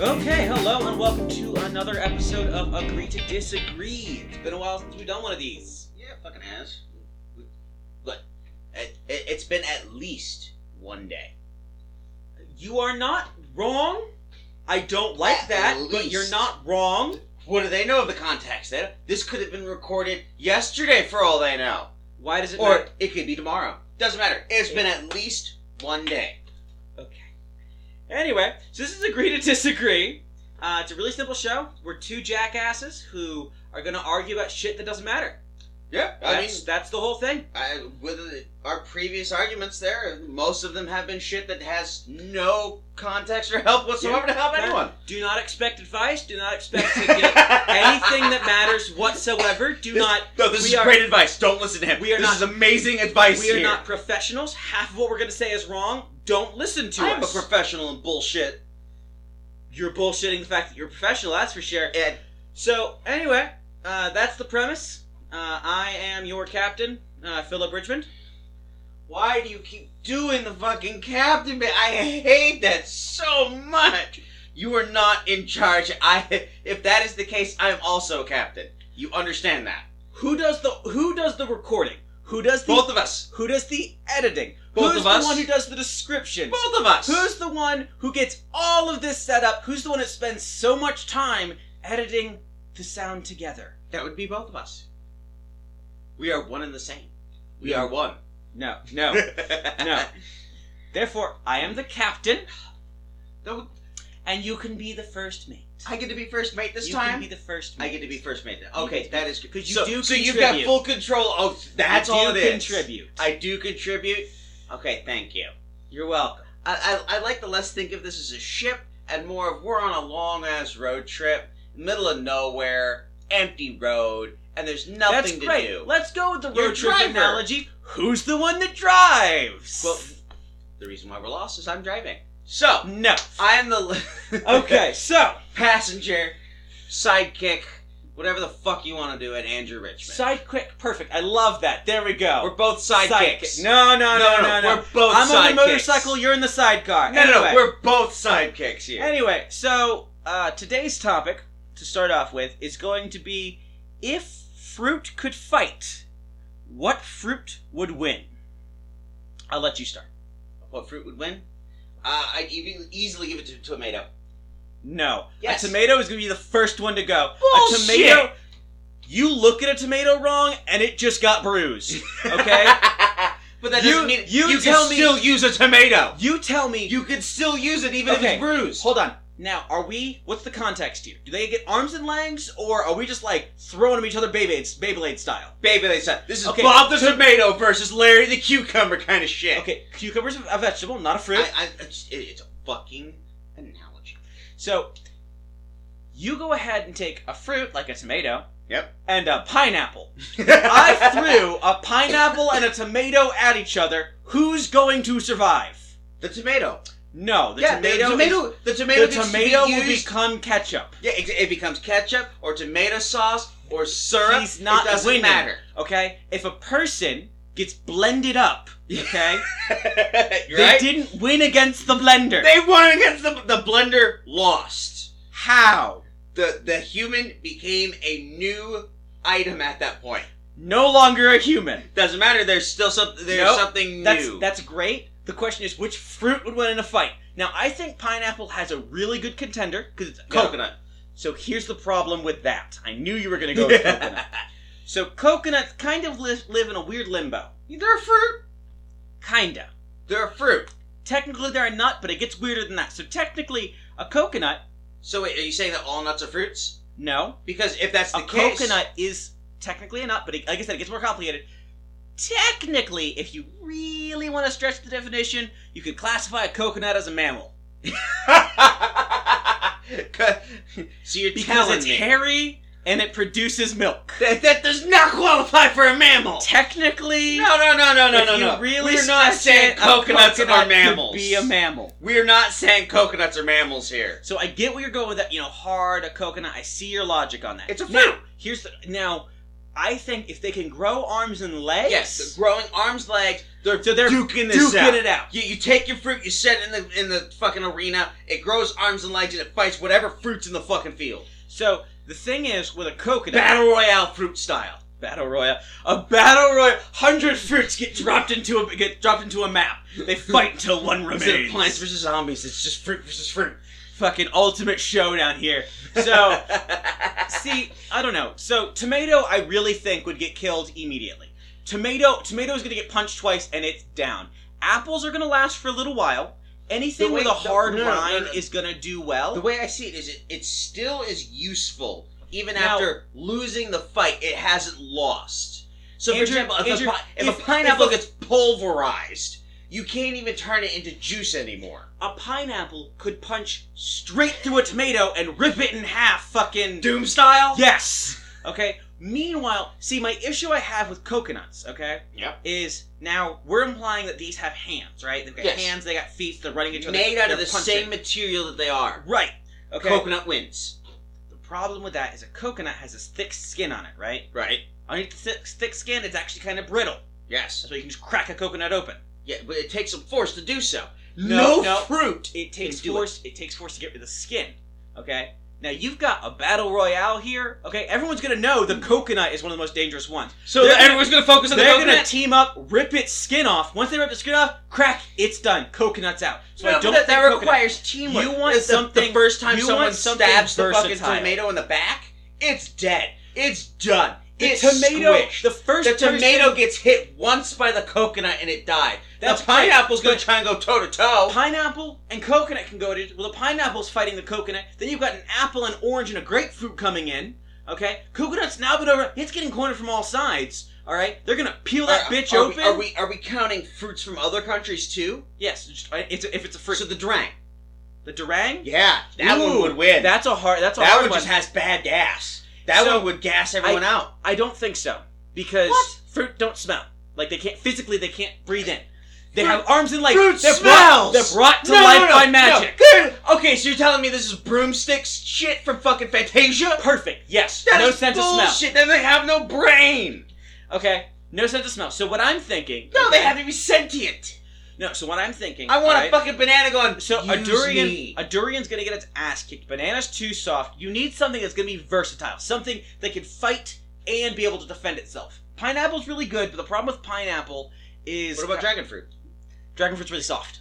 Okay, hello, and welcome to another episode of Agree to Disagree. It's been a while since we've done one of these. Yeah, it fucking has. But it, it, has been at least one day. You are not wrong. I don't like At that, but least. you're not wrong. What do they know of the context? They, this could have been recorded yesterday for all they know. Why does it Or matter? it could be tomorrow. Doesn't matter. It's been at least one day. Okay. Anyway, so this is Agree to Disagree. Uh, it's a really simple show. We're two jackasses who are going to argue about shit that doesn't matter. Yeah, I mean, That's, that's the whole thing. I, with uh, our previous arguments there, most of them have been shit that has no context or help whatsoever to help Yeah. anyone. Do not expect advice. Do not expect to get anything that matters whatsoever. Do This- not. No, this we is are- great advice. Don't listen to him. We are this not- is amazing advice We are here. not professionals. Half of what we're going to say is wrong. Don't listen to I'm a us. professional in bullshit. you're bullshitting the fact that you're a professional, that's for sure. And So, anyway, uh, that's the premise. Uh, I am your captain, uh, Philip Richmond. why do you keep doing the fucking captain bit? I hate that so much. You are not in charge. I. If that is the case, I'm also captain. You understand that? Who does the Who does the recording? Who does the Both of us. Who does the editing? Both Who's of the us. one who does the descriptions? Both of us. Who's the one who gets all of this set up? Who's the one that spends so much time editing the sound together? That would be both of us. We are one and the same. We are one. No, no, no. Therefore, I am the captain, No, and you can be the first mate. I get to be first mate this you can time. be the first mate. I get to be first mate. You Okay, get to be- that is good. 'cause you so, do So you've got contribute. full control. Oh, that's You all do it is. Contribute. I do contribute. Okay, thank you. You're welcome. I, I, I like to less think of this as a ship and more of we're on a long ass road trip, middle of nowhere, empty road, and there's That's nothing to great. do. Let's go with the road Your trip driver. analogy. Who's the one that drives? Well, the reason why we're lost is I'm driving. So no. I am the Okay, so passenger, sidekick, whatever the fuck you want to do at Andrew Richmond. side quick, perfect. I love that. There we we're go. both sidekicks. No, no, no, no, no. We're both. I'm on the sidekicks. motorcycle. You're in the sidecar. No, no, no. Anyway. We're both sidekicks here. Anyway, so uh, today's topic to start off with is going to be if fruit could fight, what fruit would win? I'll let you start. what fruit would win? Uh, I'd ev- easily give it to tomato. No. Yes. A tomato is going to be the first one to go. Bullshit! A tomato. You look at a tomato wrong, and it just got bruised. Okay? but that You- doesn't mean you can tell me- still use a tomato. you tell me. You could still use it even if Okay. it's bruised. Hold on. Now, are we? What's the context here? Do they get arms and legs, or are we just like throwing them each other, Beyblade, Beyblade style? Baby, they said this is Okay, Bob the to- tomato versus Larry the cucumber kind of shit. Okay, cucumbers a vegetable, not a fruit. I, I, it's, it- it's a fucking analogy. So you go ahead and take a fruit like a tomato. Yep. And a pineapple. I threw a pineapple and a tomato at each other. Who's going to survive? the tomato. No, the yeah, tomato. the tomato. the tomato. is- the gets to be tomato will used- become ketchup. Yeah, it, it becomes ketchup or tomato sauce or syrup. He's not it doesn't winning. matter. Okay, if a person gets blended up, okay, You're they right. didn't win against the blender. They won against the the blender. Lost. How? The the human became a new item at that point. No longer a human. Doesn't matter. There's still something. There's Nope. something That's new. that's great. The question is which fruit would win in a fight. Now I think pineapple has a really good contender because it's Yeah. coconut. So here's the problem with that. I knew you were going to go with coconut. So coconuts kind of live, live in a weird limbo. They're a fruit. Kinda. They're a fruit. Technically they're a nut, but it gets weirder than that. So technically a coconut, So wait, are you saying that all nuts are fruits? no. Because if that's the a case, coconut is technically a nut, but it, like I said, it gets more complicated. Technically, if you really want to stretch the definition, you could classify a coconut as a mammal. so you're Because telling it's me hairy and it produces milk. that, that does not qualify for a mammal. Technically, No, no, no, no, no, if no, you no. really We're not stretch saying it, a coconuts coconut are mammals. Could be a mammal. We're not saying coconuts are mammals here. So I get where you're going with that. You know, hard a coconut. I see your logic on that. It's a Now, fruit. here's the now. I think if they can grow arms and legs, Yes, the growing arms, legs. They're so they're duking this out. it out. You, you take your fruit, you set it in the in the fucking arena. It grows arms and legs, and it fights whatever fruits in the fucking field. So the thing is, with a coconut Battle royale fruit style. battle royale, a battle royale, hundred fruits get dropped into a get dropped into a map. They fight until one Instead of remains. plants versus zombies, it's just fruit versus fruit. Fucking ultimate showdown here. So see, I don't know. So tomato, I really think would get killed immediately. Tomato, tomato's gonna get punched twice and it's down. Apples are gonna last for a little while. Anything The way- with a hard no, no, no, line no. is gonna do well. the way I see it is, it, it still is useful even Now- after losing the fight. It hasn't lost. So, for Andrew- example, if, Andrew, a, pi- if, if- a pineapple if a- gets pulverized, you can't even turn it into juice anymore. a pineapple could punch straight through a tomato and rip it in half. Fucking Doom style. Yes. Okay. Meanwhile, see, my issue I have with coconuts, okay, Yep. is now we're implying that these have hands, right? They've got Yes. hands, they got feet, they're running each other. Made out of they're the punching. same material that they are. Right. Okay. Coconut wins. The problem with that is a coconut has this thick skin on it, right? Right. Underneath the thick, thick skin, it's actually kind of brittle, Yes. so you can just crack a coconut open. Yeah, but it takes some force to do so. No, No, no. fruit. It takes do it. force. It. takes force to get rid of the skin. Okay. Now you've got a battle royale here. Okay. Everyone's gonna know the coconut is one of the most dangerous ones. So They're gonna- everyone's gonna focus They're gonna team up, rip its skin off. Once they rip the skin off, crack, it's done. Coconut's out. So No, I don't but that, think that coconut- requires teamwork. You want It's the, something- the first time you someone want something stabs the fucking versatile. tomato in the back, it's dead. It's done. the it's tomato. squished. The first The tomato person- gets hit once by the coconut and it died. That's the pineapple's gonna try and go toe to toe. pineapple and coconut can go to. Well, the pineapple's fighting the coconut. Then you've got an apple, an orange, and a grapefruit coming in. Okay, coconut's now been over. It's getting cornered from all sides. All right, they're gonna peel that Are- bitch are we- open. are we are we counting fruits from other countries too? Yes, just- it's if it's a fruit. So the drang. the durang. Yeah, that Ooh, one would win. That's a hard. That's a that hard one one. just has bad gas. That So, one would gas everyone out. I don't think so because What? fruit don't smell. Like they can't physically, they can't breathe in. They Fruit- have arms and legs. fruit they're Brought, smells! they're brought to life by magic. no. Good. Okay, so you're telling me this is broomsticks shit from fucking Fantasia? Perfect. Yes. That no is sense of smell. bullshit. Then they have no brain. Okay. No sense of smell. So what I'm thinking? No, they okay, have to be sentient. No. So what I'm thinking? I want right, a fucking banana going. So a "Use durian, me." a durian's gonna get its ass kicked. Banana's too soft. You need something that's gonna be versatile, something that can fight and be able to defend itself. Pineapple's really good, but the problem with pineapple is What about dragon fruit? dragon fruit's really soft.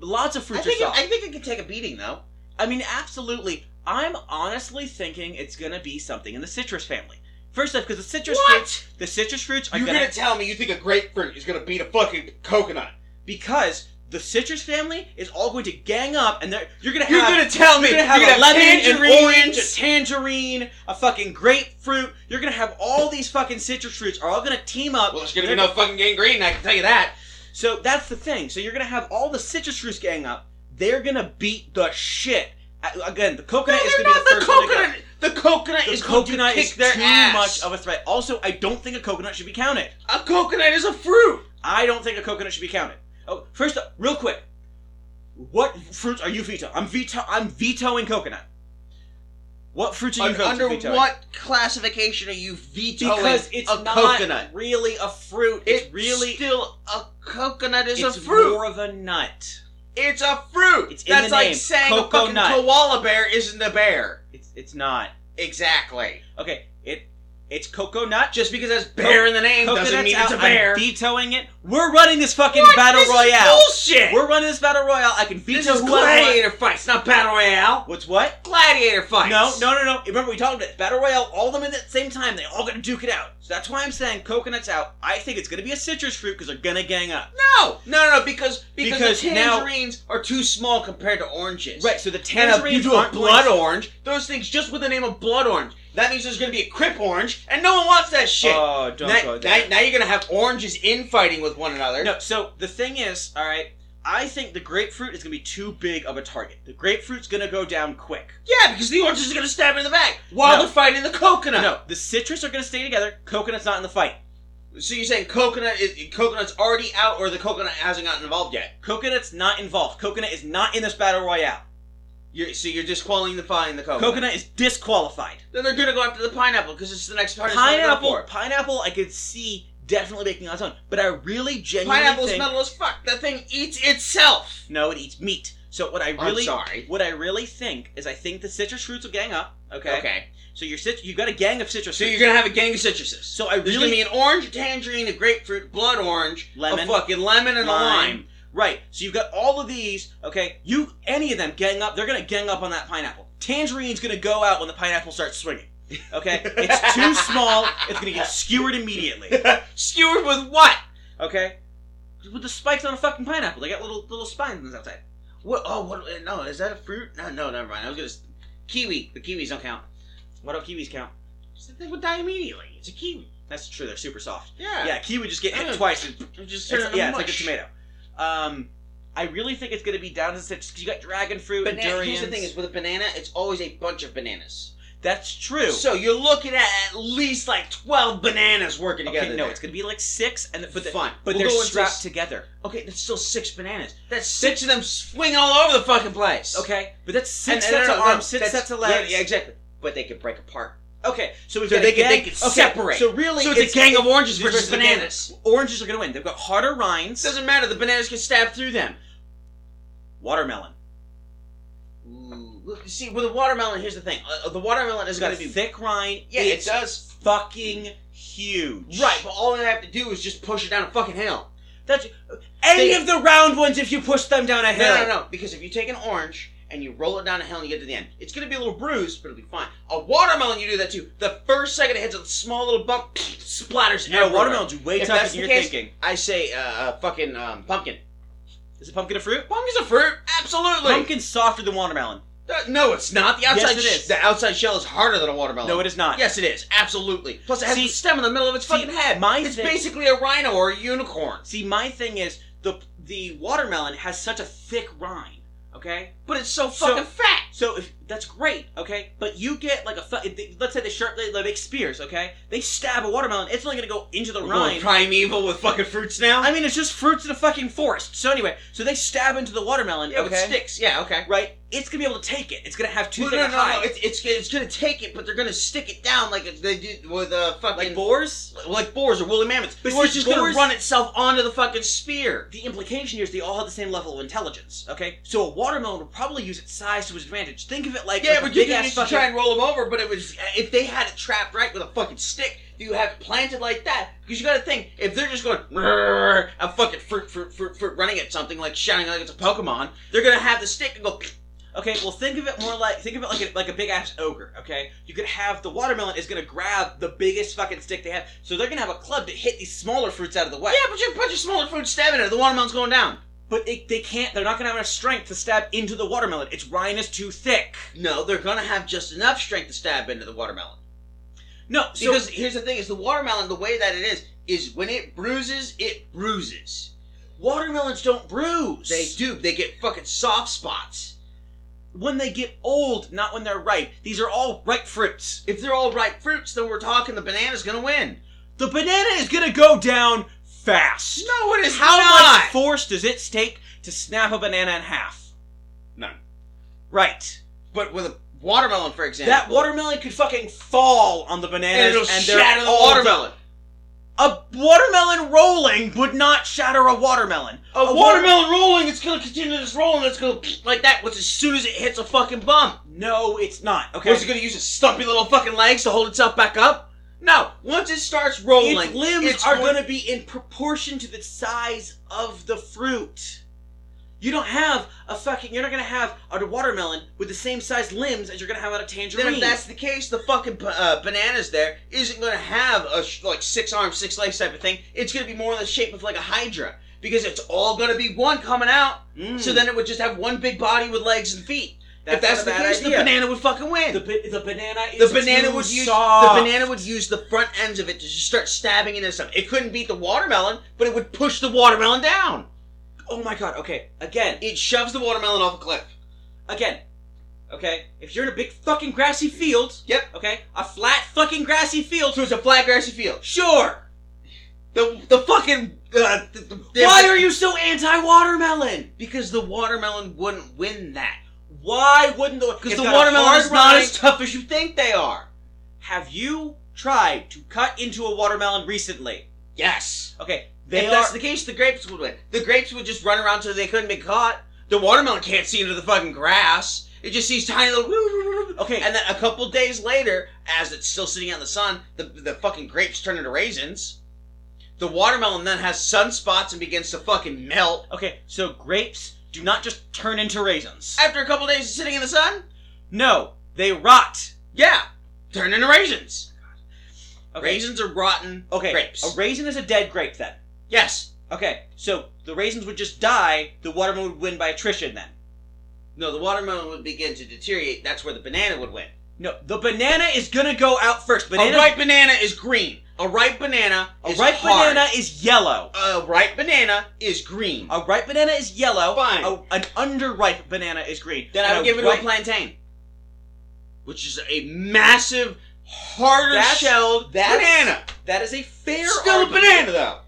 Lots of I fruits think, are it, soft. I think it could take a beating though. I mean, absolutely. I'm honestly thinking it's gonna be something in the citrus family. First off, because the citrus fruits, the citrus fruits are You're gonna, gonna tell me you think a grapefruit is gonna beat a fucking coconut? because the citrus family is all going to gang up, and they're you're gonna You're have gonna tell me you're gonna have you're a lemon, an orange, a tangerines? tangerine, a fucking grapefruit. You're gonna have all these fucking citrus fruits are all gonna team up. Well, there's gonna be no fucking gangrene. I can tell you that. So that's the thing. So you're gonna have all the citrus fruits gang up. They're gonna beat the shit. Uh, Again, the coconut is they're gonna be the first one to go. The coconut The is going coconut to is kick their too ass. much of a threat. Also, I don't think a coconut should be counted. a coconut is a fruit. I don't think a coconut should be counted. Oh, first, up, real quick, what fruits are you veto? I'm veto. I'm vetoing coconut. What fruits are you Un- veto- under vetoing? what classification are you vetoing Because it's a not coconut? really a fruit. It's really still a coconut is it's a fruit. more of a nut. It's a fruit. It's in That's the like name. saying a fucking Coconut. koala bear isn't a bear. It's it's not. Exactly. Okay, it it's coconut. Just because it has bear in the name Coconut's doesn't mean it's a out. bear. I'm vetoing it. We're running this fucking What? battle This is royale. bullshit. We're running this battle royale. I can veto this is who I want. gladiator fights, not battle royale. What's what? Gladiator fights. No, no, no, no. Remember, we talked about it. Battle Royale, all of them at the same time. They all gonna duke it out. So that's why I'm saying coconut's out. I think it's gonna be a citrus fruit because they're gonna gang up. No, no, no, because because, Because the now- tangerines are too small compared to oranges. Right. So the And a, you tangerines do a aren't blood going- orange. Those things just with the name of blood orange. That means there's gonna be a crip orange, and no one wants that shit. Oh, don't now, go now, there. now you're gonna have oranges infighting with one another. no. So the thing is, all right. I think the grapefruit is gonna be too big of a target. The grapefruit's gonna go down quick. Yeah, because the oranges are gonna stab it in the back while No. they're fighting the coconut. No, the citrus are gonna stay together. Coconut's not in the fight. So you're saying coconut is coconut's already out, or the coconut hasn't gotten involved yet? Coconut's not involved. Coconut is not in this battle royale. You're, so you're disqualifying the coconut. Coconut is disqualified. Then they're gonna go after the pineapple because it's the next hardest Pineapple, one to go pineapple, I could see definitely making on its own, but I really for. genuinely Pineapple's think metal as fuck. That thing eats itself. no, it eats meat. So what I really, I'm sorry. what I really think is, I think the citrus fruits will gang up. Okay, Okay. so you're cit- you've got a gang of citrus. So fruits. you're gonna have a gang of citruses. So I There's really gonna be an orange, a tangerine, a grapefruit, a blood orange, Lemon. a fucking lemon, and a Lime. lime. right. So you've got all of these. Okay, you any of them gang up, they're gonna gang up on that pineapple. Tangerine's gonna go out when the pineapple starts swinging. Okay, it's too small. It's gonna get skewered immediately. Skewered with what? Okay, with the spikes on a fucking pineapple, they got little little spines on the outside. What? Oh, what? No, is that a fruit? No, no, never mind. I was gonna s- kiwi. The kiwis don't count. Why don't kiwis count? So They would die immediately. It's a kiwi. That's true. They're super soft. Yeah. Yeah, kiwi just get hit Ugh. twice. And It Just It's- turn yeah, it's like a mush. tomato. Um, I really think it's going to be down to the citrus 'cause you got dragon fruit and Banana, durian. here's the thing: is with a banana, it's always a bunch of bananas. that's true. So you're looking at at least like twelve bananas working okay, together. no, there. it's going to be like six, and the, but the, fine. but We'll they're go into strapped s- together. Okay, that's still six bananas. That's six of them swinging all over the fucking place. Okay, but that's And- six and sets no, of no, arms, no, six that's- sets of legs. Yeah, yeah, exactly. But they could break apart. Okay, so we've So got they a can- gang. they can okay, separate. So really, So it's, a gang of oranges it's versus versus a gang. bananas. oranges are going to win. They've got harder rinds. It doesn't matter. The bananas can stab through them. Watermelon. Ooh, look, see, with a watermelon, here's the thing: uh, the watermelon is It's going got a to be thick rind. yeah, it it's does fucking huge. right. But all I have to do is just push it down a fucking hill. That's any They- of the round ones if you push them down a No, hill. no, no, because if you take an orange and you roll it down a hill and you get to the end, it's going to be a little bruised, but it'll be fine. A watermelon, you do that too. The first second it hits a small little bump, splatters. Yeah, everywhere. watermelon's way If tougher that's than the you're case- thinking. I say, uh, uh fucking um, pumpkin. Is a pumpkin a fruit? Pumpkin's a fruit, absolutely. Pumpkin's softer than watermelon. Uh, no, it's not. The outside, Yes, it sh- is. the outside shell is harder than a watermelon. No, it is not. Yes, it is. Absolutely. Plus, it has See- a stem in the middle of its see, fucking head. my it's thing- basically a rhino or a unicorn. See, my thing is the the watermelon has such a thick rind. Okay, But it's so So- fucking fat. so if, that's great. Okay, but you get like a fu- if they- let's say they sharp they, they make spears. Okay, they stab a watermelon. It's only gonna go into the We're going rind. primeval with fucking fruits now. I mean, it's just fruits in a fucking forest. So anyway, so they stab into the watermelon. yeah, with okay, sticks. Yeah, okay. right? It's gonna be able to take it. It's gonna have too Well, thick no, a no, no. hide. It's, it's it's gonna take it, but they're gonna stick it down like it- they did with uh, fucking like boars. like boars or woolly mammoths. But Or it's see, just boars- gonna run itself onto the fucking spear. the implication here is they all have the same level of intelligence. Okay, so a watermelon would probably use its size to its advantage. Think of it like Yeah, like but a you big can ass used to fucking. try and roll them over, but it was if they had it trapped right with a fucking stick, you have it planted like that. Because you got to think if they're just going "Rrrr," a fucking fruit, fruit, fruit, fruit, running at something like shouting like it's a Pokemon, they're gonna have the stick and go. Okay, well think of it more like think of it like a, like a big ass ogre. Okay, you could have the watermelon is gonna grab the biggest fucking stick they have, so they're gonna have a club to hit these smaller fruits out of the way. Yeah, but you put your smaller fruit stabbing it, the watermelon's going down. But it, they can't. They're not gonna have enough strength to stab into the watermelon. Its rind is too thick. No, they're gonna have just enough strength to stab into the watermelon. No, so Because here's the thing: is the watermelon the way that it is is when it bruises, it bruises. watermelons don't bruise. They do. They get fucking soft spots. when they get old, not when they're ripe. These are all ripe fruits. If they're all ripe fruits, then we're talking the banana's gonna win. The banana is gonna go down fast. No, it is How not. much force does it take to snap a banana in half? None. Right. But with a watermelon, for example, That watermelon could fucking fall on the and bananas it'll and they're shatter the all watermelon. done. A watermelon rolling would not shatter a watermelon. A, water- watermelon rolling, it's gonna continue this roll, and it's gonna like that. Which as soon as it hits a fucking bump, No, it's not. Okay. okay. is it gonna use its stumpy little fucking legs to hold itself back up? No. Once it starts rolling, its limbs it's are going- gonna be in proportion to the size of the fruit. You don't have a fucking. You're not gonna have a watermelon with the same size limbs as you're gonna have on a tangerine. Then if that's the case, the fucking uh, bananas there isn't going to have a sh- like six arms, six legs type of thing. It's going to be more in the shape of like a hydra because it's all going to be one coming out. Mm. So then it would just have one big body with legs and feet. if not that's a the bad case, the idea. banana would fucking win. The, ba- the banana The is banana too would use soft. the banana would use the front ends of it to just start stabbing into something. It couldn't beat the watermelon, but it would push the watermelon down. Oh my god. Okay. Again. It shoves the watermelon off a cliff. Again. Okay. If you're in a big fucking grassy field. Yep. Okay. A flat fucking grassy field. So it's a flat grassy field. Sure. The the fucking uh, the, the, Why are you so anti-watermelon? Because the watermelon wouldn't win that. Why wouldn't the Because it's the got a watermelon hard is not rind. as tough as you think they are? Have you tried to cut into a watermelon recently? Yes. Okay, they if are. that's the case, the grapes would win. The grapes would just run around so they couldn't be caught. The watermelon can't see into the fucking grass. It just sees tiny little. okay, And then a couple days later, as it's still sitting out in the sun, the, the fucking grapes turn into raisins. The watermelon then has sunspots and begins to fucking melt. okay. So grapes do not just turn into raisins. After a couple days of sitting in the sun, No, they rot. yeah, turn into raisins. Okay. Raisins are rotten Okay. grapes. A raisin is a dead grape then. yes. Okay, so the raisins would just die. The watermelon would win by attrition then. No, the watermelon would begin to deteriorate. That's where the banana would win. No, the banana is gonna go out first. Banana. A ripe banana is green. A ripe banana a is ripe hard. banana is yellow. A ripe banana is green. A ripe banana is yellow. Fine. A, an underripe banana is green. then I And would give it ripe- to a plantain, which is a massive, harder That's- shelled that's- banana. That is a fair. It's still a argument. banana though.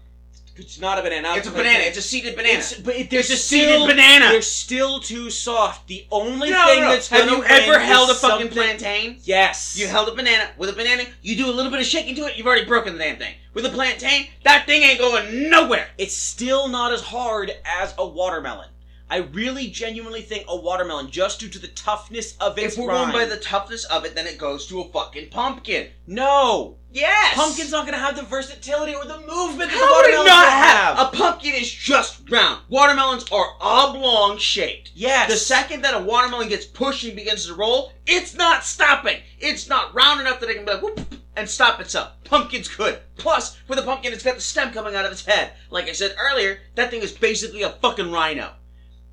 It's not a banana. It's a banana. It's a seeded banana. It's, but it, there's It's a still, seeded banana. They're still too soft. The only No, thing no, no. that's have gonna you win ever is held a fucking something- plantain? Yes. You held a banana with a banana. You do a little bit of shaking to it. You've already broken the damn thing. With a plantain, that thing ain't going nowhere. it's still not as hard as a watermelon. I really genuinely think a watermelon, just due to the toughness of its If we're rind. going by the toughness of it, then it goes to a fucking pumpkin. no, Yes. pumpkin's not going to have the versatility or the movement that the How would it watermelon not have. have? A pumpkin is just round. Watermelons are oblong shaped. yes, The second that a watermelon gets pushed and begins to roll, it's not stopping. It's not round enough that it can be like whoop and stop itself. Pumpkin's good. Plus, with a pumpkin, it's got the stem coming out of its head. Like I said earlier, that thing is basically a fucking rhino.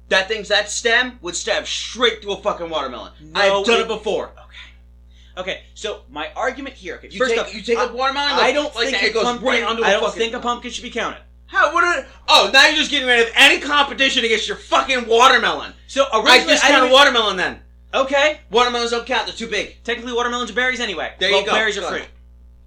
That thing's that stem would stab straight through a fucking watermelon. No, I've done it- it, before. Okay, so my argument here. Okay, You first take, off, you take I- a watermelon. I don't like think that, a it goes pumpkin, right onto a I don't fucking think a pumpkin should be counted. How would it? Oh, now you're just getting rid of any competition against your fucking watermelon. So I e- originally, I discount didn't- watermelon then. Okay, Watermelons don't count; they're too big. technically watermelons are berries anyway. There well, you go. Berries are Go on. fruit.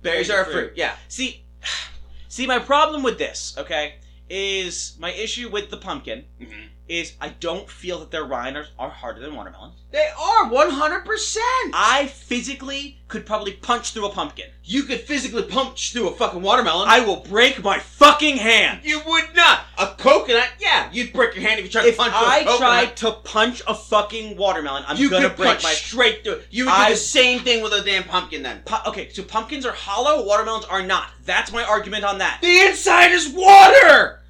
Berries are a fruit. Yeah. See, see, my problem with this, okay, is my issue with the pumpkin Mm-hmm. is I don't feel that their rind are, are harder than watermelon. They are one hundred percent. I physically could probably punch through a pumpkin. You could physically punch through a fucking watermelon. I will break my fucking hand. You would not. A coconut. Yeah, you'd break your hand if you tried to If punch I through a coconut. tried to punch a fucking watermelon, I'm you gonna could break punch my. straight through. it. You would I- do the same thing with a damn pumpkin then. Pu- okay, so pumpkins are hollow, watermelons are not. That's my argument on that. The inside is water.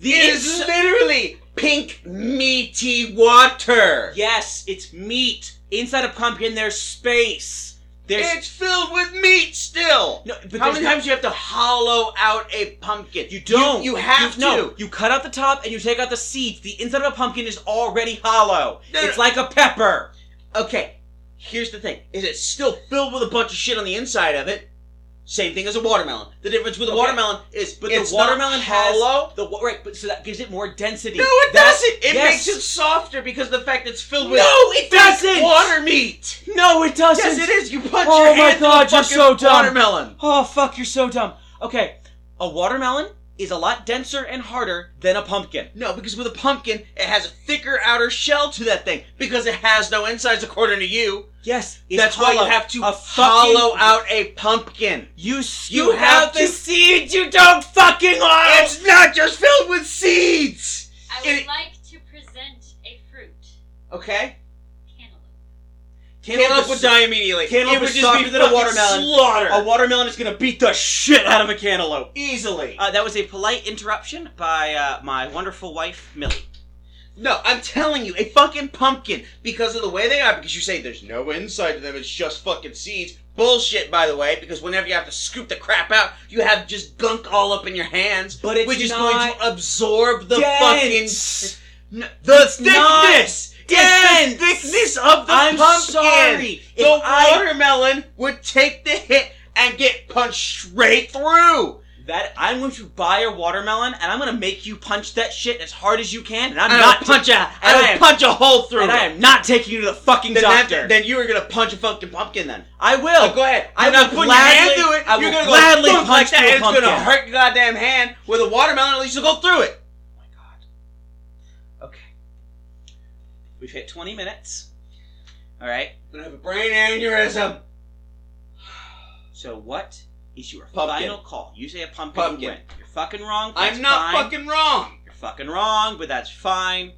The It is ins- literally pink meaty water. yes, it's meat inside a pumpkin. There's space. There's It's filled with meat still. no. But How there's many not- times do you have to hollow out a pumpkin? You don't. You, have to. No, you cut out the top and you take out the seeds. The inside of a pumpkin is already hollow. No, it's no. like a pepper. Okay. Here's the thing: is it's still filled with a bunch of shit on the inside of it? Same thing as a watermelon. The difference with a Okay. watermelon is, But the but it's not watermelon has- hollow. The wa- right, but so that gives it more density. No, it That- doesn't. It yes. makes it softer because the fact it's filled with No, it fake doesn't. water meat. No, it doesn't. Yes, it is. You punch Oh your my hand through God, a you're fucking so dumb. watermelon. Oh fuck, you're so dumb. Okay, a watermelon is a lot denser and harder than a pumpkin. No, because with a pumpkin, it has a thicker outer shell to that thing because it has no insides, according to you. Yes, it's That's why you hollow. have to a fucking- hollow out a pumpkin. You You you have have to- the seeds. You don't fucking hollow. It's not just filled with seeds. I would It- like to present a fruit. Okay. Cantaloupe. Cantaloupe would die immediately. Cantaloupe it would is just softer be than a fucking watermelon. Slaughter A watermelon is gonna beat the shit out of a cantaloupe. easily. Uh, that was a polite interruption by uh, my wonderful wife, Millie. no, I'm telling you, a fucking pumpkin because of the way they are. Because you say there's no inside to them; it's just fucking seeds. Bullshit, by the way. Because whenever you have to scoop the crap out, you have just gunk all up in your hands, But it's which is not going to absorb the dense. fucking n- the It's not thickness. dense. It's the thickness of the I'm pumpkin. sorry. If the I watermelon would take the hit and get punched straight through. that I'm going to buy a watermelon and I'm going to make you punch that shit as hard as you can, and I'm And not I'll punch out. I And I will am, punch a hole through and I it. am not taking you to the fucking Then, that- doctor. then you are gonna punch a fucking pumpkin. Then I will. go ahead. I You're will not putting gladly- your hand through it. I You're will gonna gladly go thump punch like that. through a It's gonna pumpkin. hurt your goddamn hand with a watermelon. At least you'll go through it. Oh my god. Okay. We've hit 20 minutes. All right. I'm gonna have a brain aneurysm. So what is your Pumpkin. final call? You say a pumpkin. Pumpkin. you win. You're fucking wrong. but I'm that's not fine. fucking wrong. You're fucking wrong, but that's fine.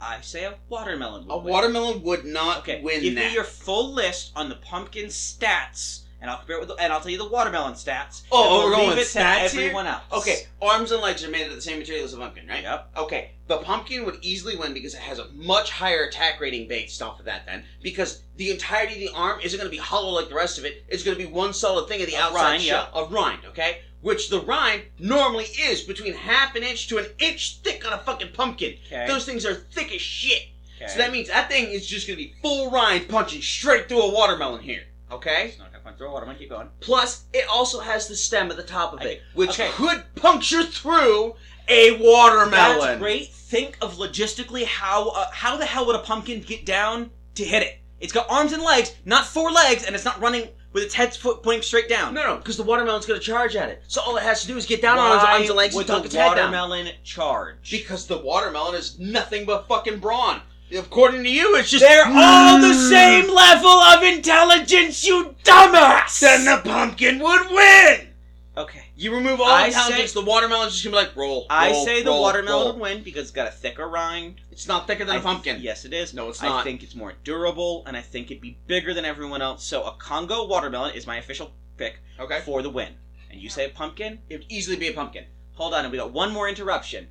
I say a watermelon. would A win. watermelon would not Okay. win give that. me your full list on the pumpkin stats, and I'll compare it with, the, and I'll tell you the watermelon stats. and Oh, oh, we'll we're going leave with it to stats here? everyone else. Okay, arms and legs are made of the same material as a pumpkin, right? Yep. Okay, the pumpkin would easily win because it has a much higher attack rating based off of that. Then, because the entirety of the arm isn't going to be hollow like the rest of it, it's going to be one solid thing of the A outside rind, shell, a rind. Okay, which the rind normally is between half an inch to an inch thick on a fucking pumpkin. Okay. Those things are thick as shit. okay. So that means that thing is just going to be full rind punching straight through a watermelon here. Okay. It's not gonna throw a watermelon. Keep going. Plus, it also has the stem at the top of I- it, which okay. could puncture through a watermelon. That's great. Think of logistically how uh, how the hell would a pumpkin get down to hit it? It's got arms and legs, not four legs, and it's not running with its head foot pointing straight down. No, no, because the watermelon's going to charge at it. So all it has to do is get down on its arms and legs and would dunk the its head down. watermelon charge? Because the watermelon is nothing but fucking brawn. According to you, it's just mm, They're all the same level of intelligence, you dumbass. Then the pumpkin would win. okay. You remove all I the intelligence, the watermelon's just gonna be like roll. I roll, say the roll, watermelon roll. would win because it's got a thicker rind. It's not thicker than a I- pumpkin. Yes, it is. No, it's I not. think it's more durable, and I think it'd be bigger than everyone else. So a Congo watermelon is my official pick Okay. for the win. And you say pumpkin? It would easily be a pumpkin. Hold on, we got one more interruption.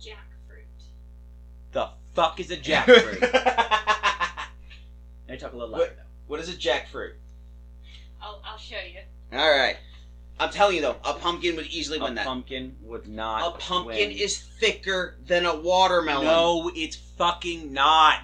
Jackfruit. The fuck is a jackfruit? I talk a little What- louder though. what is a jackfruit? I'll, I'll show you. All right. I'm telling you though, a pumpkin would easily A win that. pumpkin would a not. pumpkin win. is thicker than a watermelon. No, it's fucking not.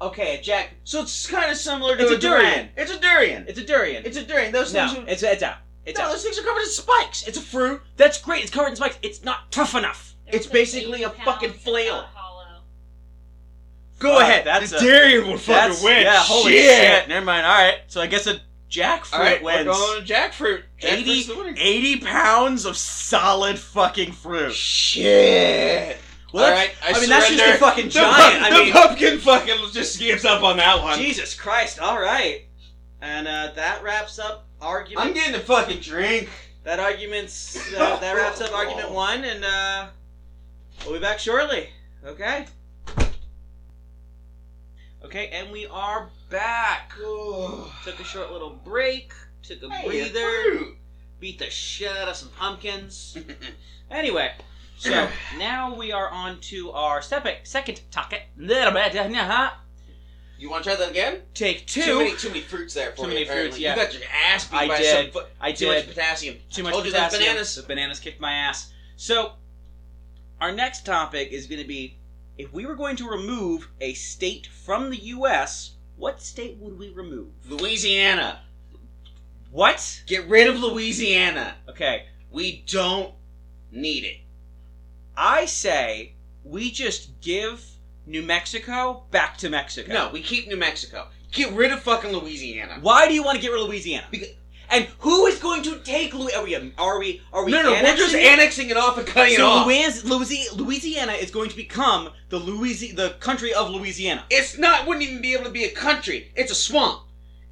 Okay, a jack. So it's kind of similar to It's a, a durian. It's a durian. It's a durian. It's a durian. Those no, things. Are, it's it's out. It's no, out. those things are covered in spikes. It's a fruit. That's great. It's covered in spikes. It's not tough enough. There It's was an basically a 80 fucking pound flail. uh, Hollow. Go Fuck, ahead. that's the a- durian will fucking That's- win. Yeah. Holy shit. Never mind. All right. So I guess a jackfruit All right, wins. we're going to jackfruit. Eighty- Jackfruit's the winner. Eighty pounds of solid fucking fruit. Shit. Well, All that's- right, I, I mean, that's just surrender. a fucking The pump- giant. I the mean, pumpkin fucking just gives up on that one. Jesus Christ! All right, and uh, that wraps up argument. I'm getting a fucking drink. that argument's uh, that wraps up argument one, and uh, we'll be back shortly. Okay. Okay, and we are back. Took a short little break. Took a breather. Beat the shit out of some pumpkins. Anyway, so now we are on to our sepe- second topic. Little bit, uh-huh. You want to try that again? Take two. Too many, too many fruits there for Too you. many fruits, apparently. yeah. You got your ass beat I by did. some fu- I too did much potassium. too much Told you those potassium. bananas. The bananas kicked my ass. So, our next topic is going to be if we were going to remove a state from the U.S., what state would we remove? Louisiana. What? Get rid of Louisiana. Okay, We don't need it. I say we just give New Mexico back to Mexico. No, we keep New Mexico. Get rid of fucking Louisiana. Why do you want to get rid of Louisiana? Because- and who is going to take Louisiana? Are we? Are we? no, no, we're just annexing it? annexing it off and cutting it So off. Louis- Louisi- Louisiana is going to become the Louisi- the country of Louisiana. It's not. Wouldn't even be able to be a country. It's a swamp.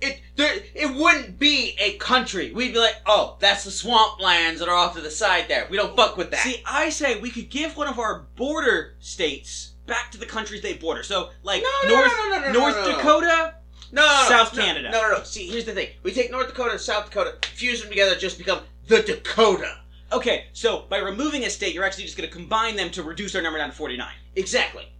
It there. It wouldn't be a country. We'd be like, oh, that's the swamp lands that are off to the side there. We don't fuck with that. See, I say we could give one of our border states back to the countries they border. So, like no, North no, no, no, no, North no, no, no. Dakota. No, no, no, South no, Canada. No, no, no. See, here's the thing. We take North Dakota and South Dakota, fuse them together, just become the Dakota. Okay, so by removing a state, you're actually just going to combine them to reduce our number down to 49. Exactly.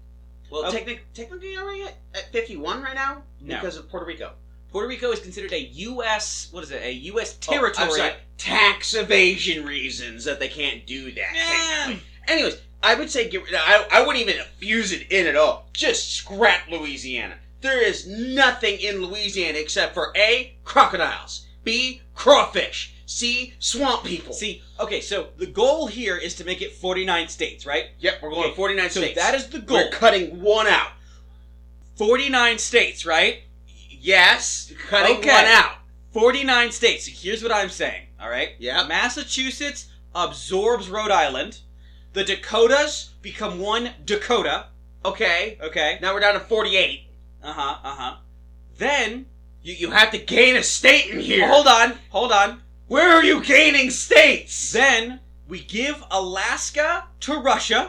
Well, Okay. technic- technically, are we at, at 51 right now? No. Because of Puerto Rico. Puerto Rico is considered a U.S. What is it? A U.S. Oh, I'm territory. sorry. Tax evasion reasons that they can't do that. Yeah. technically. Anyways, I would say get. rid- I, I wouldn't even fuse it in at all. Just scrap Louisiana. There is nothing in Louisiana except for A, crocodiles, B, crawfish, C, swamp people. See, okay, so the goal here is to make it 49 states, right? Yep, we're going Okay, to 49 So states. that is the goal. We're cutting one out. 49 states, right? Yes, cutting Okay. one out. 49 states. So here's what I'm saying, all right? Yep. Massachusetts absorbs Rhode Island. The Dakotas become one Dakota. Okay. Okay. Uh-huh, Now we're down to 48. Uh huh. Uh huh. Then You you have to gain a state in here. hold on, hold on. Where are you gaining states? Then we give Alaska to Russia.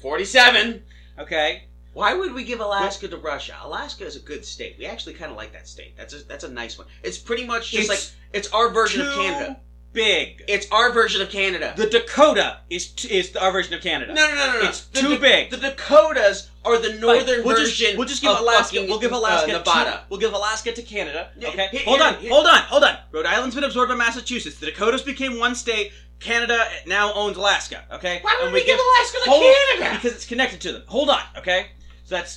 Forty-seven. Okay. Why would we give Alaska to Russia? Alaska is a good state. We actually kind of like that state. That's a, that's a nice one. It's pretty much just It's like it's our version of too Canada. Big. It's our version of Canada. the Dakota is t- is our version of Canada. no, no, no, no, no. It's The too Da- big. The Dakotas are the Fine. northern we'll version. Just, we'll just give of Alaska. fucking, we'll give Alaska. uh, Nevada. To, we'll give Alaska to Canada. Yeah, Okay. here- hold on. here- Hold on. Hold on. Rhode Island's been absorbed by Massachusetts. The Dakotas became one state. Canada now owns Alaska. Okay. Why would And we, give Alaska to Hold- Canada? Because it's connected to them. Hold on. Okay. So that's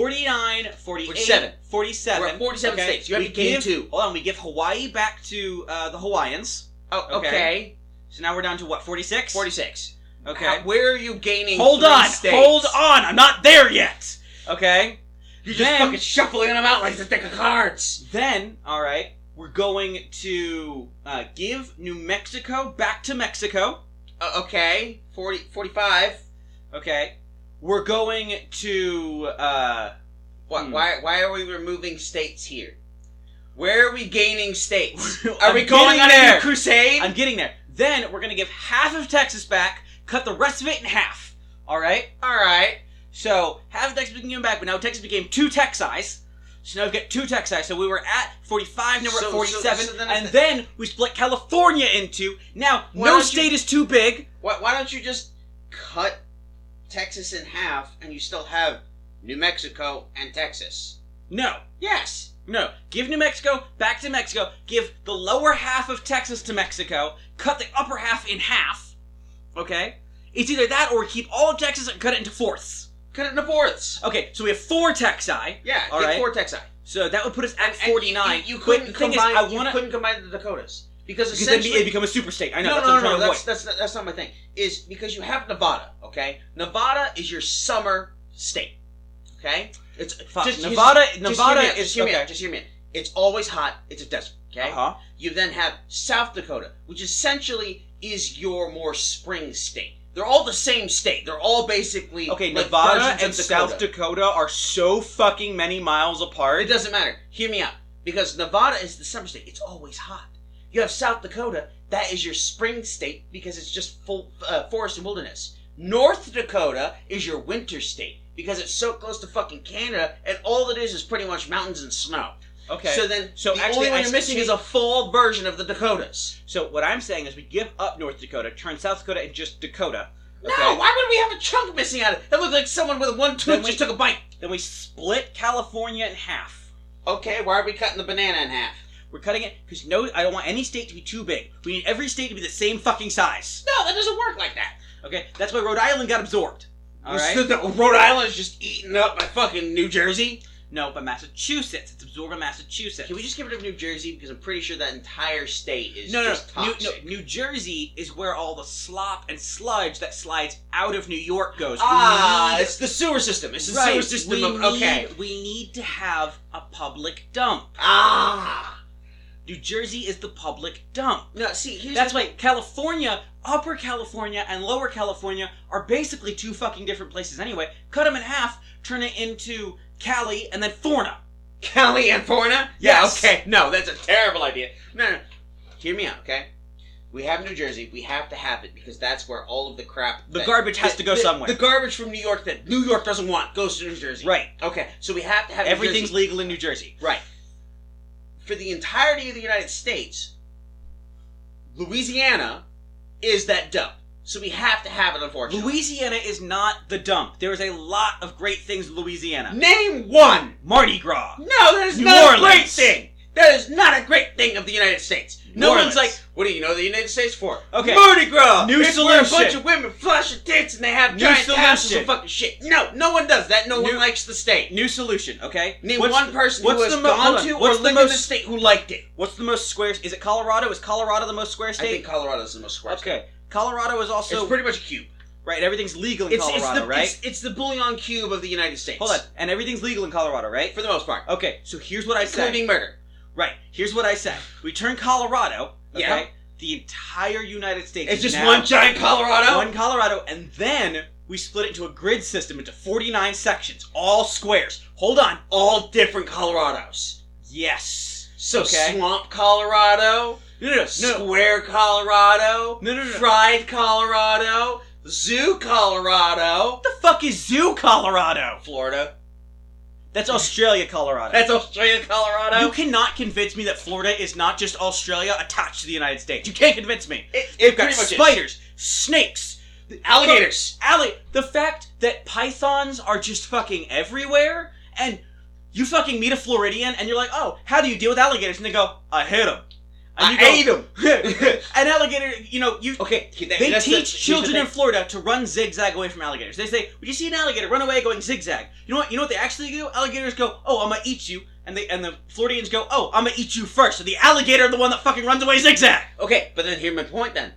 49, 48, 47. 47. We're at 47 okay? states. You have We to gain give- two. Hold on. We give Hawaii back to uh, the Hawaiians. Oh, okay. okay. So now we're down to what? 46. 46. Okay. How- where are you gaining? Hold three on, States? hold on, I'm not there yet. Okay, You're just Then- fucking shuffling them out like the deck of cards. then all right, we're going to uh, give New Mexico back to Mexico. Uh, okay. 40, 45. Okay, we're going to uh, Why, Hmm. why, why are we removing states here? Where are we gaining states? Are I'm we going getting on a there. new crusade? I'm getting there. Then we're gonna give half of Texas back, cut the rest of it in half. All right, All right. so half of Texas became given back, but now Texas became two Texas. So now we've got two Texas. So we were at 45, now we're So- so- at 47, so then I and th- then we split California into. Now, Why no don't you- state is too big. Why, why don't you just cut Texas in half and you still have New Mexico and Texas? No, Yes. no. Give New Mexico back to Mexico. Give the lower half of Texas to Mexico. Cut the upper half in half. Okay? It's either that or keep all of Texas and cut it into fourths. Cut it into fourths. Okay, so we have four Texi. Yeah, All get right. four Texi. So that would put us And- at and 49. You, you But couldn't the thing combine. is, I you want to. couldn't combine the Dakotas because Because then essentially it become a super state. I know. no, that's no, what I'm no, trying no. to That's, avoid. that's not- that's not my thing. Is because you have Nevada, okay? Nevada is your summer state, okay? It's Fuck, just- just- Nevada. just Nevada hear me out, is just hear me okay. out, just hear me out. It's always hot. It's a desert, okay? Uh-huh. You then have South Dakota, which essentially is your more spring state. They're all the same state. They're all basically Okay, like versions Nevada of and South Dakota are so fucking many miles apart. It doesn't matter. Hear me out. Because Nevada is the summer state. It's always hot. You have South Dakota. That is your spring state because it's just full uh, forest and wilderness. North Dakota is your winter state because it's so close to fucking Canada, and all it is is pretty much mountains and snow. Okay. So then, So the actually, only one I you're missing see- is a full version of the Dakotas. So what I'm saying is we give up North Dakota, turn South Dakota and just Dakota. No, why would we have a chunk missing out of it? That looks like someone with one Then tooth we- just took a bite. Then we split California in half. Okay, why are we cutting the banana in half? We're cutting it because no, I don't want any state to be too big. We need every state to be the same fucking size. No, that doesn't work like that. Okay, that's why Rhode Island got absorbed. All right. Instead that Rhode Island's just eating up my fucking New Jersey. No, but Massachusetts, it's absorbing Massachusetts. Can we just get rid of New Jersey because I'm pretty sure that entire state is no, no, just no. New, toxic. no. New Jersey is where all the slop and sludge that slides out of New York goes. We Ah, need- it's the sewer system. It's the right, sewer system we of okay. need- we need to have a public dump. Ah, New Jersey is the public dump. no. See, here's That's the, why California, Upper California, and Lower California are basically two fucking different places anyway. Cut them in half, turn it into Cali, and then Forna. Cali and Forna. Yes. Yeah. Okay. No, that's a terrible idea. No, no. Hear me out. Okay. We have New Jersey. We have to have it because that's where all of the crap. The that- garbage has the- to go the- somewhere. The garbage from New York that New York doesn't want goes to New Jersey. right. Okay. So we have to have New Everything's Jersey. legal in New Jersey. Right. For the entirety of the United States, Louisiana is that dump. So we have to have it, unfortunately. Louisiana is not the dump. There is a lot of great things in Louisiana. Name one! Mardi Gras. No, that is New not Orleans. a great thing! That is not a great thing of the United States. No New Orleans. one's like, what do you know the United States for? Okay. Mardi Gras! New it's where a bunch solution. of women flush their tits and they have New giant tassels solution. and fucking shit. No, no one does that. No New- one likes the state. New solution, okay? Name What's one the- person what's who has the mo- hold gone on. to or What's the lived in the most- state who liked it. What's the most square? Is it Colorado? Is Colorado the most square I think state? Colorado's the most square state. okay. Colorado is also it's pretty much a cube. right. Everything's legal in Colorado, the, right? It's, it's the bullion cube of the United States. Hold on, and everything's legal in Colorado, right? For the most part. Okay, so here's what I said. Including murder. Right. Here's what I said. We turn Colorado. Okay. Yeah. the entire United States. It's is just now- one giant Colorado. one Colorado, and then we split it into a grid system into 49 sections, all squares. Hold on. all different Colorados. Yes. So Okay. swamp Colorado, No, no, no, no. square Colorado, No, no, no. fried Colorado, zoo Colorado, What the fuck is Zoo, Colorado? Florida. That's Australia, Colorado. That's Australia, you Colorado. cannot convince me that Florida is not just Australia attached to the United States. You can't convince me. It, They've it got pretty much is. spiders, snakes, alligators. Allie, the fact that pythons are just fucking everywhere, and you fucking meet a Floridian, and you're like, oh, how do you deal with alligators? And they go, I hit them. I And you ate 'em. go, an alligator, you know, you. okay, that- They that's the- teach here's the children thing. in Florida to run zigzag away from alligators. They say, "Would you see an alligator run away going zigzag?" You know what? You know what they actually do? Alligators go, "Oh, I'm gonna eat you," and they and the Floridians go, "Oh, I'm gonna eat you first. So the alligator, the one that fucking runs away zigzag. Okay, but then hear my point. Then,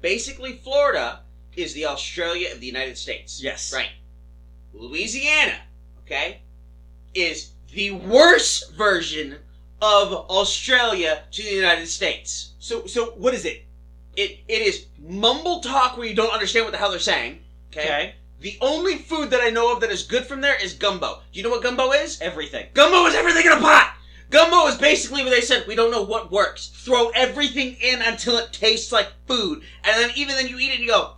basically, Florida is the Australia of the United States. Yes, Right. Louisiana, okay, is the worst version of Australia to the United States. So, so what is it? It it is mumble talk where you don't understand what the hell they're saying. Okay. Okay, The only food that I know of that is good from there is gumbo. Do you know what gumbo is? everything. Gumbo is everything in a pot. Gumbo is basically what they said. We don't know what works. Throw everything in until it tastes like food, and then even then you eat it and you go,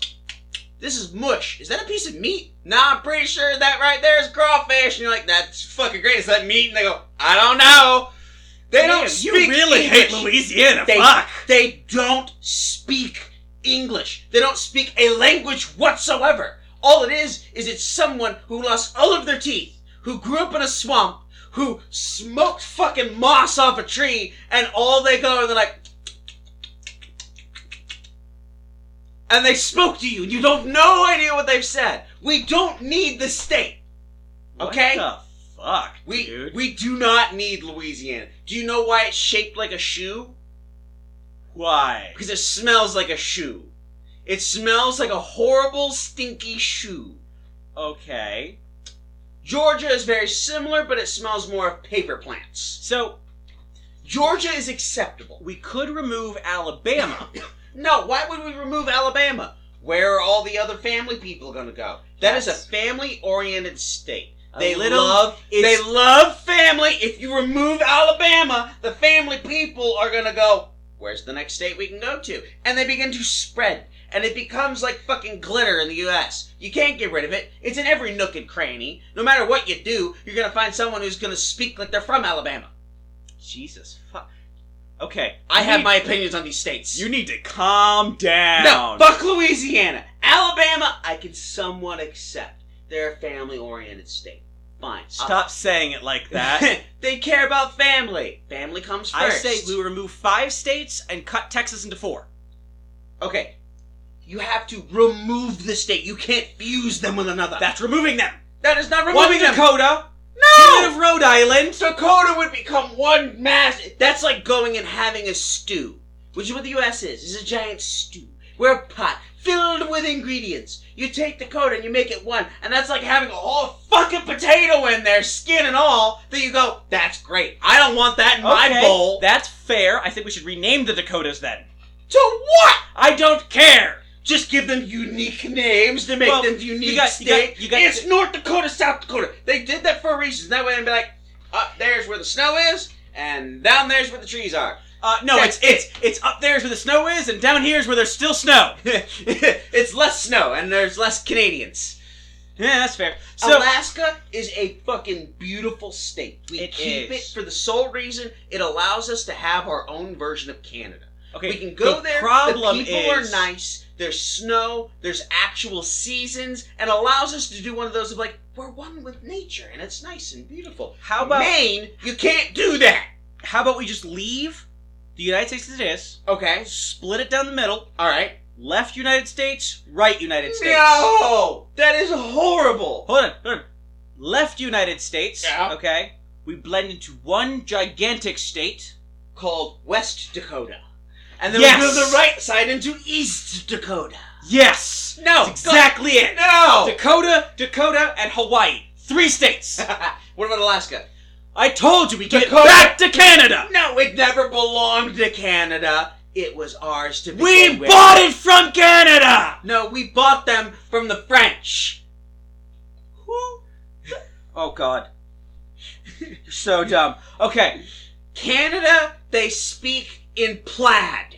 "This is mush. Is that a piece of meat?" Nah, I'm pretty sure that right there is crawfish. And you're like, "That's fucking great. Is that meat?" And they go, "I don't know." They Damn, don't speak You really hate English. Louisiana. They- fuck. They don't speak English. They don't speak a language whatsoever. All it is is it's someone who lost all of their teeth, who grew up in a swamp, who smoked fucking moss off a tree, and all they go and they're like, and they spoke to you, and you don't no idea what they've said. We don't need the state. Okay. What the fuck, We dude? we do not need Louisiana. Do you know why it's shaped like a shoe? Why? Because it smells like a shoe. It smells like a horrible, stinky shoe. Okay. Georgia is very similar, but it smells more of paper plants. So Georgia is acceptable. we could remove Alabama. No, why would we remove Alabama? Where are all the other family people going to go? That is Yes. a family-oriented state. A They little- love it's- they love family. If you remove Alabama, the family people are going to go, where's the next state we can go to? And they begin to spread. And it becomes like fucking glitter in the US. You can't get rid of it. It's in every nook and cranny. No matter what you do, you're going to find someone who's going to speak like they're from Alabama. Jesus fuck. Okay. I you have need- my opinions on these states. You need to calm down. No, fuck Louisiana. Alabama, I can somewhat accept. They're a family oriented state. Fine. Stop saying it like that. they care about family. Family comes I first. say we remove five states and cut Texas into four. Okay. You have to remove the state. You can't fuse them with another. That's removing them. that is not One removing them. Dakota. Get rid no! of Rhode Island. Dakota would become one mass. That's like going and having a stew, which is what the U.S. is. It's a giant stew. We're a pot filled with ingredients. You take Dakota and you make it one, and that's like having a whole fucking potato in there, skin and all. That you go, that's great. I don't want that in my Okay, bowl. That's fair. I think we should rename the Dakotas then. to what? I don't care. Just give them unique names to make Well, them unique you got- you got- state. you got- it's North Dakota, South Dakota. They did that for a reason. That way they'd be like, up there's where the snow is, and down there's where the trees are. Uh, no, That's it's it's it's up there's where the snow is, and down here's where there's still snow. it's less snow, and there's less Canadians. Yeah, that's fair. So Alaska is a fucking beautiful state. We It keep is. it for the sole reason it allows us to have our own version of Canada. okay, we can go the there. Problem the people is, are nice. There's snow. There's actual seasons, and allows us to do one of those of like we're one with nature, and it's nice and beautiful. How about Maine? You can't do that. how about we just leave the United States as it is, Okay. split it down the middle, All right. left United States, right United States. No, that is horrible. Hold on, hold on. Left United States. Yeah. Okay. We blend into one gigantic state. Called West Dakota, and then Yes. we move the right side into East Dakota. Yes. No, That's exactly it. No. Dakota, Dakota, and Hawaii. Three states. what about Alaska? I told you we get Dakota- back to Canada. No, it never belonged to Canada. It was ours to begin We with. bought it from Canada! No, we bought them from the French. Who? Oh god. You're so dumb. Okay. Canada, they speak in plaid.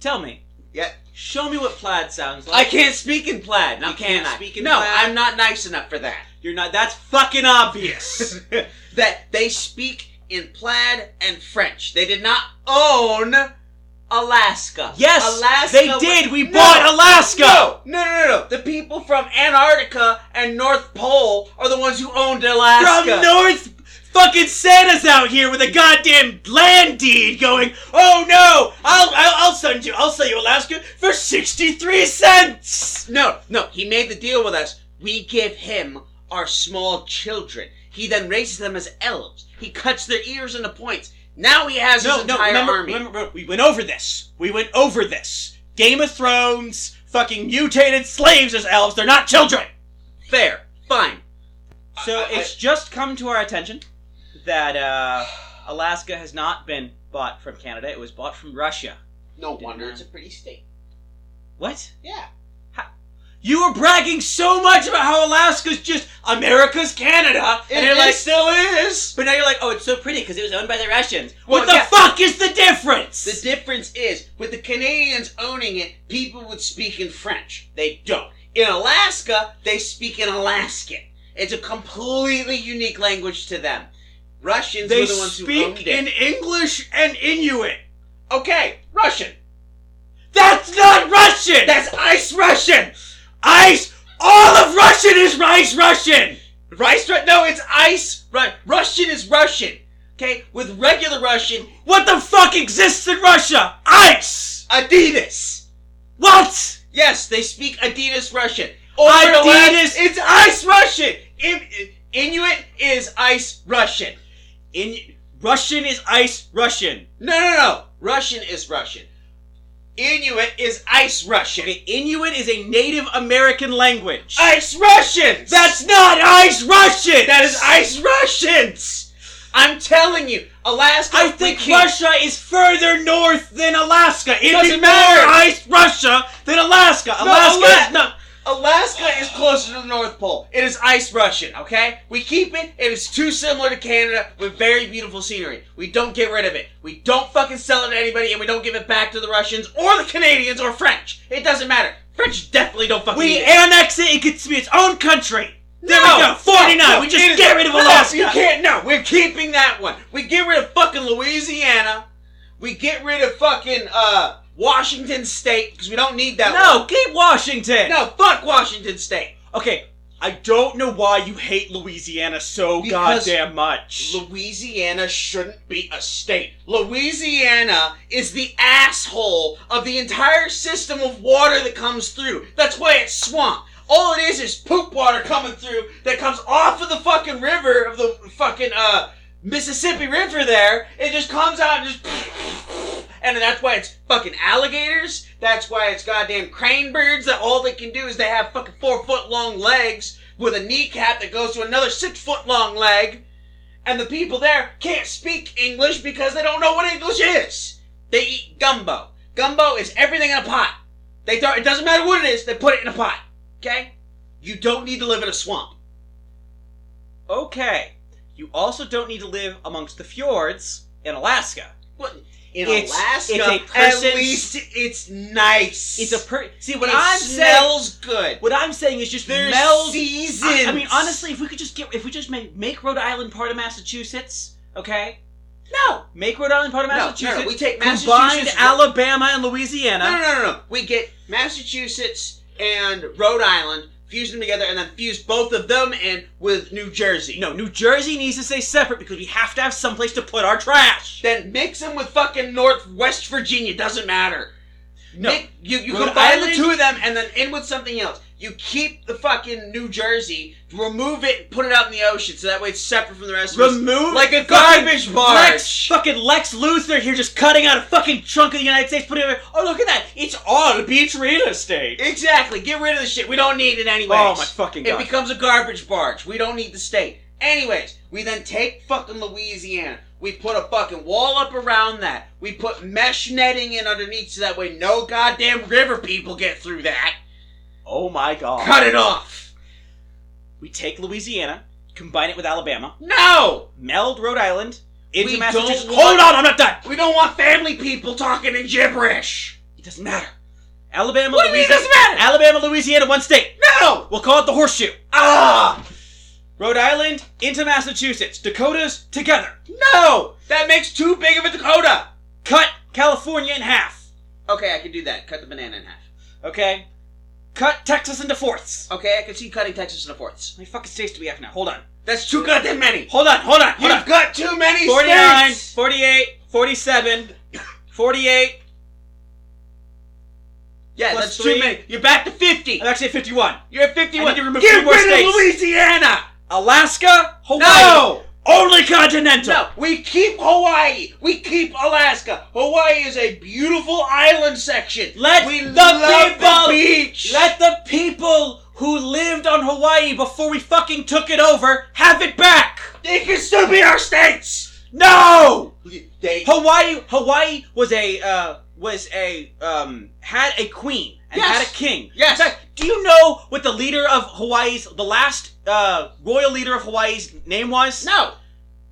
Tell me. Yeah. Show me what plaid sounds I like. can't speak in plaid. Now You can can't I? speak in no, plaid? I'm not nice enough for that. You're not that's fucking obvious. that they speak in plaid and French. They did not own Alaska. yes Alaska. they was- did. We No, bought Alaska! No, no, no, no, no. The people from Antarctica and North Pole are the ones who owned Alaska. From North fucking Santa's out here with a goddamn land deed going, oh no, I'll, I'll, I'll send you, I'll sell you Alaska for 63 cents! No, no, he made the deal with us. We give him our small children. He then raises them as elves. He cuts their ears into points. Now he has his entire remember, army. remember, remember, we went over this. We went over this. Game of Thrones, fucking mutated slaves as elves, they're not children! Fair, fine. So I- I- it's just come to our attention that uh, Alaska has not been bought from Canada, it was bought from Russia. No Didn't wonder I- it's a pretty state. What? Yeah. You were bragging so much about how Alaska's just America's Canada, and It you're like, is- still is. But now you're like, oh, it's so pretty because it was owned by the Russians. what Well, the yeah. fuck is the difference? The difference is, with the Canadians owning it, people would speak in French. They don't. In Alaska, they speak in Alaskan. It's a completely unique language to them. Russians they were the ones who owned speak it. in English and Inuit. okay, Russian. That's not Russian. That's ice Russian. ice. All of Russian is rice Russian. Rice? Ru- no, it's ice. Ru- Russian is Russian. Okay, with regular Russian, What the fuck exists in Russia? Ice. Adidas. What? Yes, they speak Adidas Russian. Adidas- Alas- It's ice Russian. In- Inuit is ice Russian. In Russian is ice Russian. No, no, no. Russian is Russian. Inuit is ice Russian. Okay, Inuit is a Native American language. Ice Russians. That's not ice Russian. that is ice Russians. I'm telling you, Alaska. I we think can't- Russia is further north than Alaska. It'd be Doesn't more matter. ice Russia than Alaska. No, Alaska Ala- is not. Alaska is closer to the North Pole. It is ice Russian, okay? We keep it. It is too similar to Canada with very beautiful scenery. We don't get rid of it. We don't fucking sell it to anybody, and we don't give it back to the Russians or the Canadians or French. It doesn't matter. French definitely don't fucking. We eat it. annex it. It gets to be its own country. There we go. Forty nine. no, we it just is- get rid of no, Alaska. you can't. No, we're keeping that one. We get rid of fucking Louisiana. We get rid of fucking uh, Washington State because we don't need that. no, keep Washington. one. no, fuck Washington State. Okay, I don't know why you hate Louisiana so Because- goddamn much. Louisiana shouldn't be a state. Louisiana is the asshole of the entire system of water that comes through. That's why it's swamp. All it is is poop water coming through that comes off of the fucking river of the fucking uh Mississippi River there. It just comes out and just and that's why it's fucking alligators. That's why it's goddamn crane birds that all they can do is they have fucking four foot long legs with a kneecap that goes to another six foot long leg and the people there can't speak English because they don't know what English is. They eat gumbo. Gumbo is everything in a pot. They throw, it doesn't matter what it is, they put it in a pot. Okay? You don't need to live in a swamp. okay, you also don't need to live amongst the fjords in Alaska. What? In It's- Alaska, it's a at person's- least it's nice. It's a per- see It what I'm saying. smells good. What I'm saying is just There's meld seasons. I, I mean, honestly, if we could just get, if we just make, make Rhode Island part of Massachusetts, okay? no, Make Rhode Island part of no, no, Massachusetts. no. We take combined Massachusetts. Alabama and Louisiana. No, no, no, no, no. We get Massachusetts and Rhode Island, fuse them together, and then fuse both of them in with New Jersey. No, New Jersey needs to stay separate because we have to have someplace to put our trash. Then mix them with fucking Northwest Virginia. Doesn't matter. No. Mix- you you Rhode combine Island- the two of them and then end with something else. You keep the fucking New Jersey, remove it, and put it out in the ocean, so that way it's separate from the rest of us. Remove Like a fucking Lex, garbage barge. fucking Lex Luthor here, just cutting out a fucking chunk of the United States, putting it. Oh, look at that! It's all beach real estate. Exactly. Get rid of the shit. We don't need it anyway. oh my fucking It god! becomes a garbage barge. We don't need the state. Anyways, we then take fucking Louisiana. We put a fucking wall up around that. We put mesh netting in underneath so that way no goddamn river people get through that. Oh my god. Cut it off. We take Louisiana, combine it with Alabama, No! meld Rhode Island into We Massachusetts. don't Hold want- on, I'm not done. We don't want family people talking in gibberish. It doesn't matter. Alabama, What do you mean Louisiana. doesn't matter? Alabama, Louisiana, one state. No! We'll call it the horseshoe. Ah! Rhode Island into Massachusetts. Dakotas together. No! That makes too big of a Dakota. Cut California in half. Okay, I can do that. Cut the banana in half. Okay? Cut Texas into fourths. Okay, I can see cutting Texas into fourths. How many fucking states do we have now? Hold on. That's too goddamn many. Hold on, hold on, hold You've on. got too many 49, states. 48, 47, 48. Yeah, plus that's three. too many. You're back to 50. I'm actually at 51. You're at 51. I need to remove Get three more rid of states. Louisiana. Alaska, Hawaii. No. Only continental. No, we keep Hawaii. We keep Alaska. Hawaii is a beautiful island section. Let we the love people- the beach. Let the people who lived on Hawaii before we fucking took it over have it back. they can still be our states. No. They Hawaii, Hawaii was a uh, was a um, had a queen and Yes. had a king. Yes. In fact, do you know what the leader of Hawaii's, the last uh, royal leader of Hawaii's name was? no.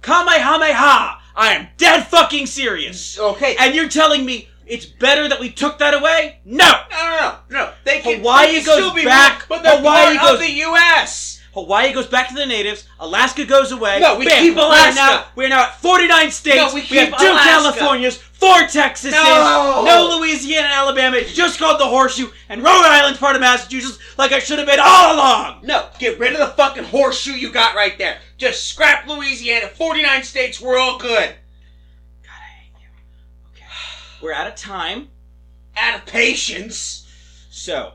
Kamehameha. I am dead fucking serious. Okay. And you're telling me it's better that we took that away? No. No, no, no, no. They can, Hawaii they can goes still be back. But they're Hawaii part goes- of the U.S. Hawaii goes back to the natives. Alaska goes away. No, we Bam. keep We're Alaska. now- We're now, at 49 states. No, we have keep two Alaska. Californias, four Texases, No. no Louisiana and Alabama. It's just called the Horseshoe, and Rhode Island's part of Massachusetts, like I should have been all along. No, get rid of the fucking horseshoe you got right there. Just scrap Louisiana. 49 states, we're all good. We're out of time, Out of patience. so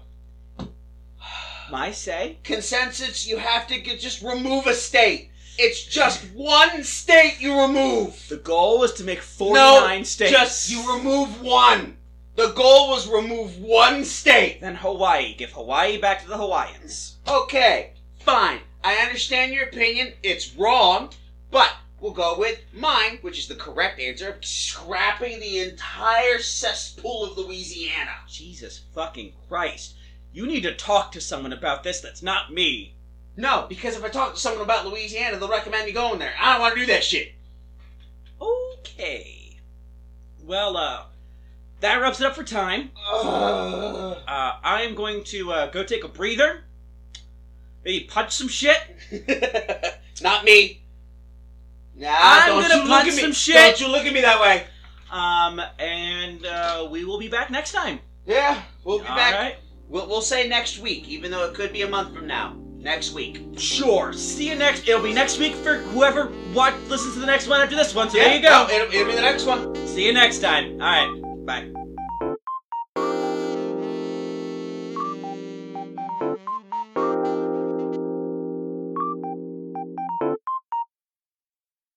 my say. Consensus, you have to get, just remove a state. It's just one state you remove. The goal was to make 49 no, states. just you remove one. The goal was remove one state. then Hawaii. Give Hawaii back to the Hawaiians. Okay, fine. I understand your opinion. It's wrong, but we'll go with mine, which is the correct answer of scrapping the entire cesspool of Louisiana. Jesus fucking Christ. You need to talk to someone about this that's not me. No, because if I talk to someone about Louisiana, they'll recommend me going there. I don't want to do that shit. Okay. Well, uh, that wraps it up for time. Uh, Ugh. I am going to uh, go take a breather, maybe punch some shit. Not me. Nah, I'm don't gonna you look punch at me. some shit. Don't you look at me that way. Um, and uh, we will be back next time. Yeah, we'll be All back. right. We'll, we'll say next week, even though it could be a month from now. Next week. Sure. See you next. It'll be next week for whoever watch listens to the next one after this one. So Yeah, there you go. no, it'll, it'll be the next one. See you next time. All right. Bye.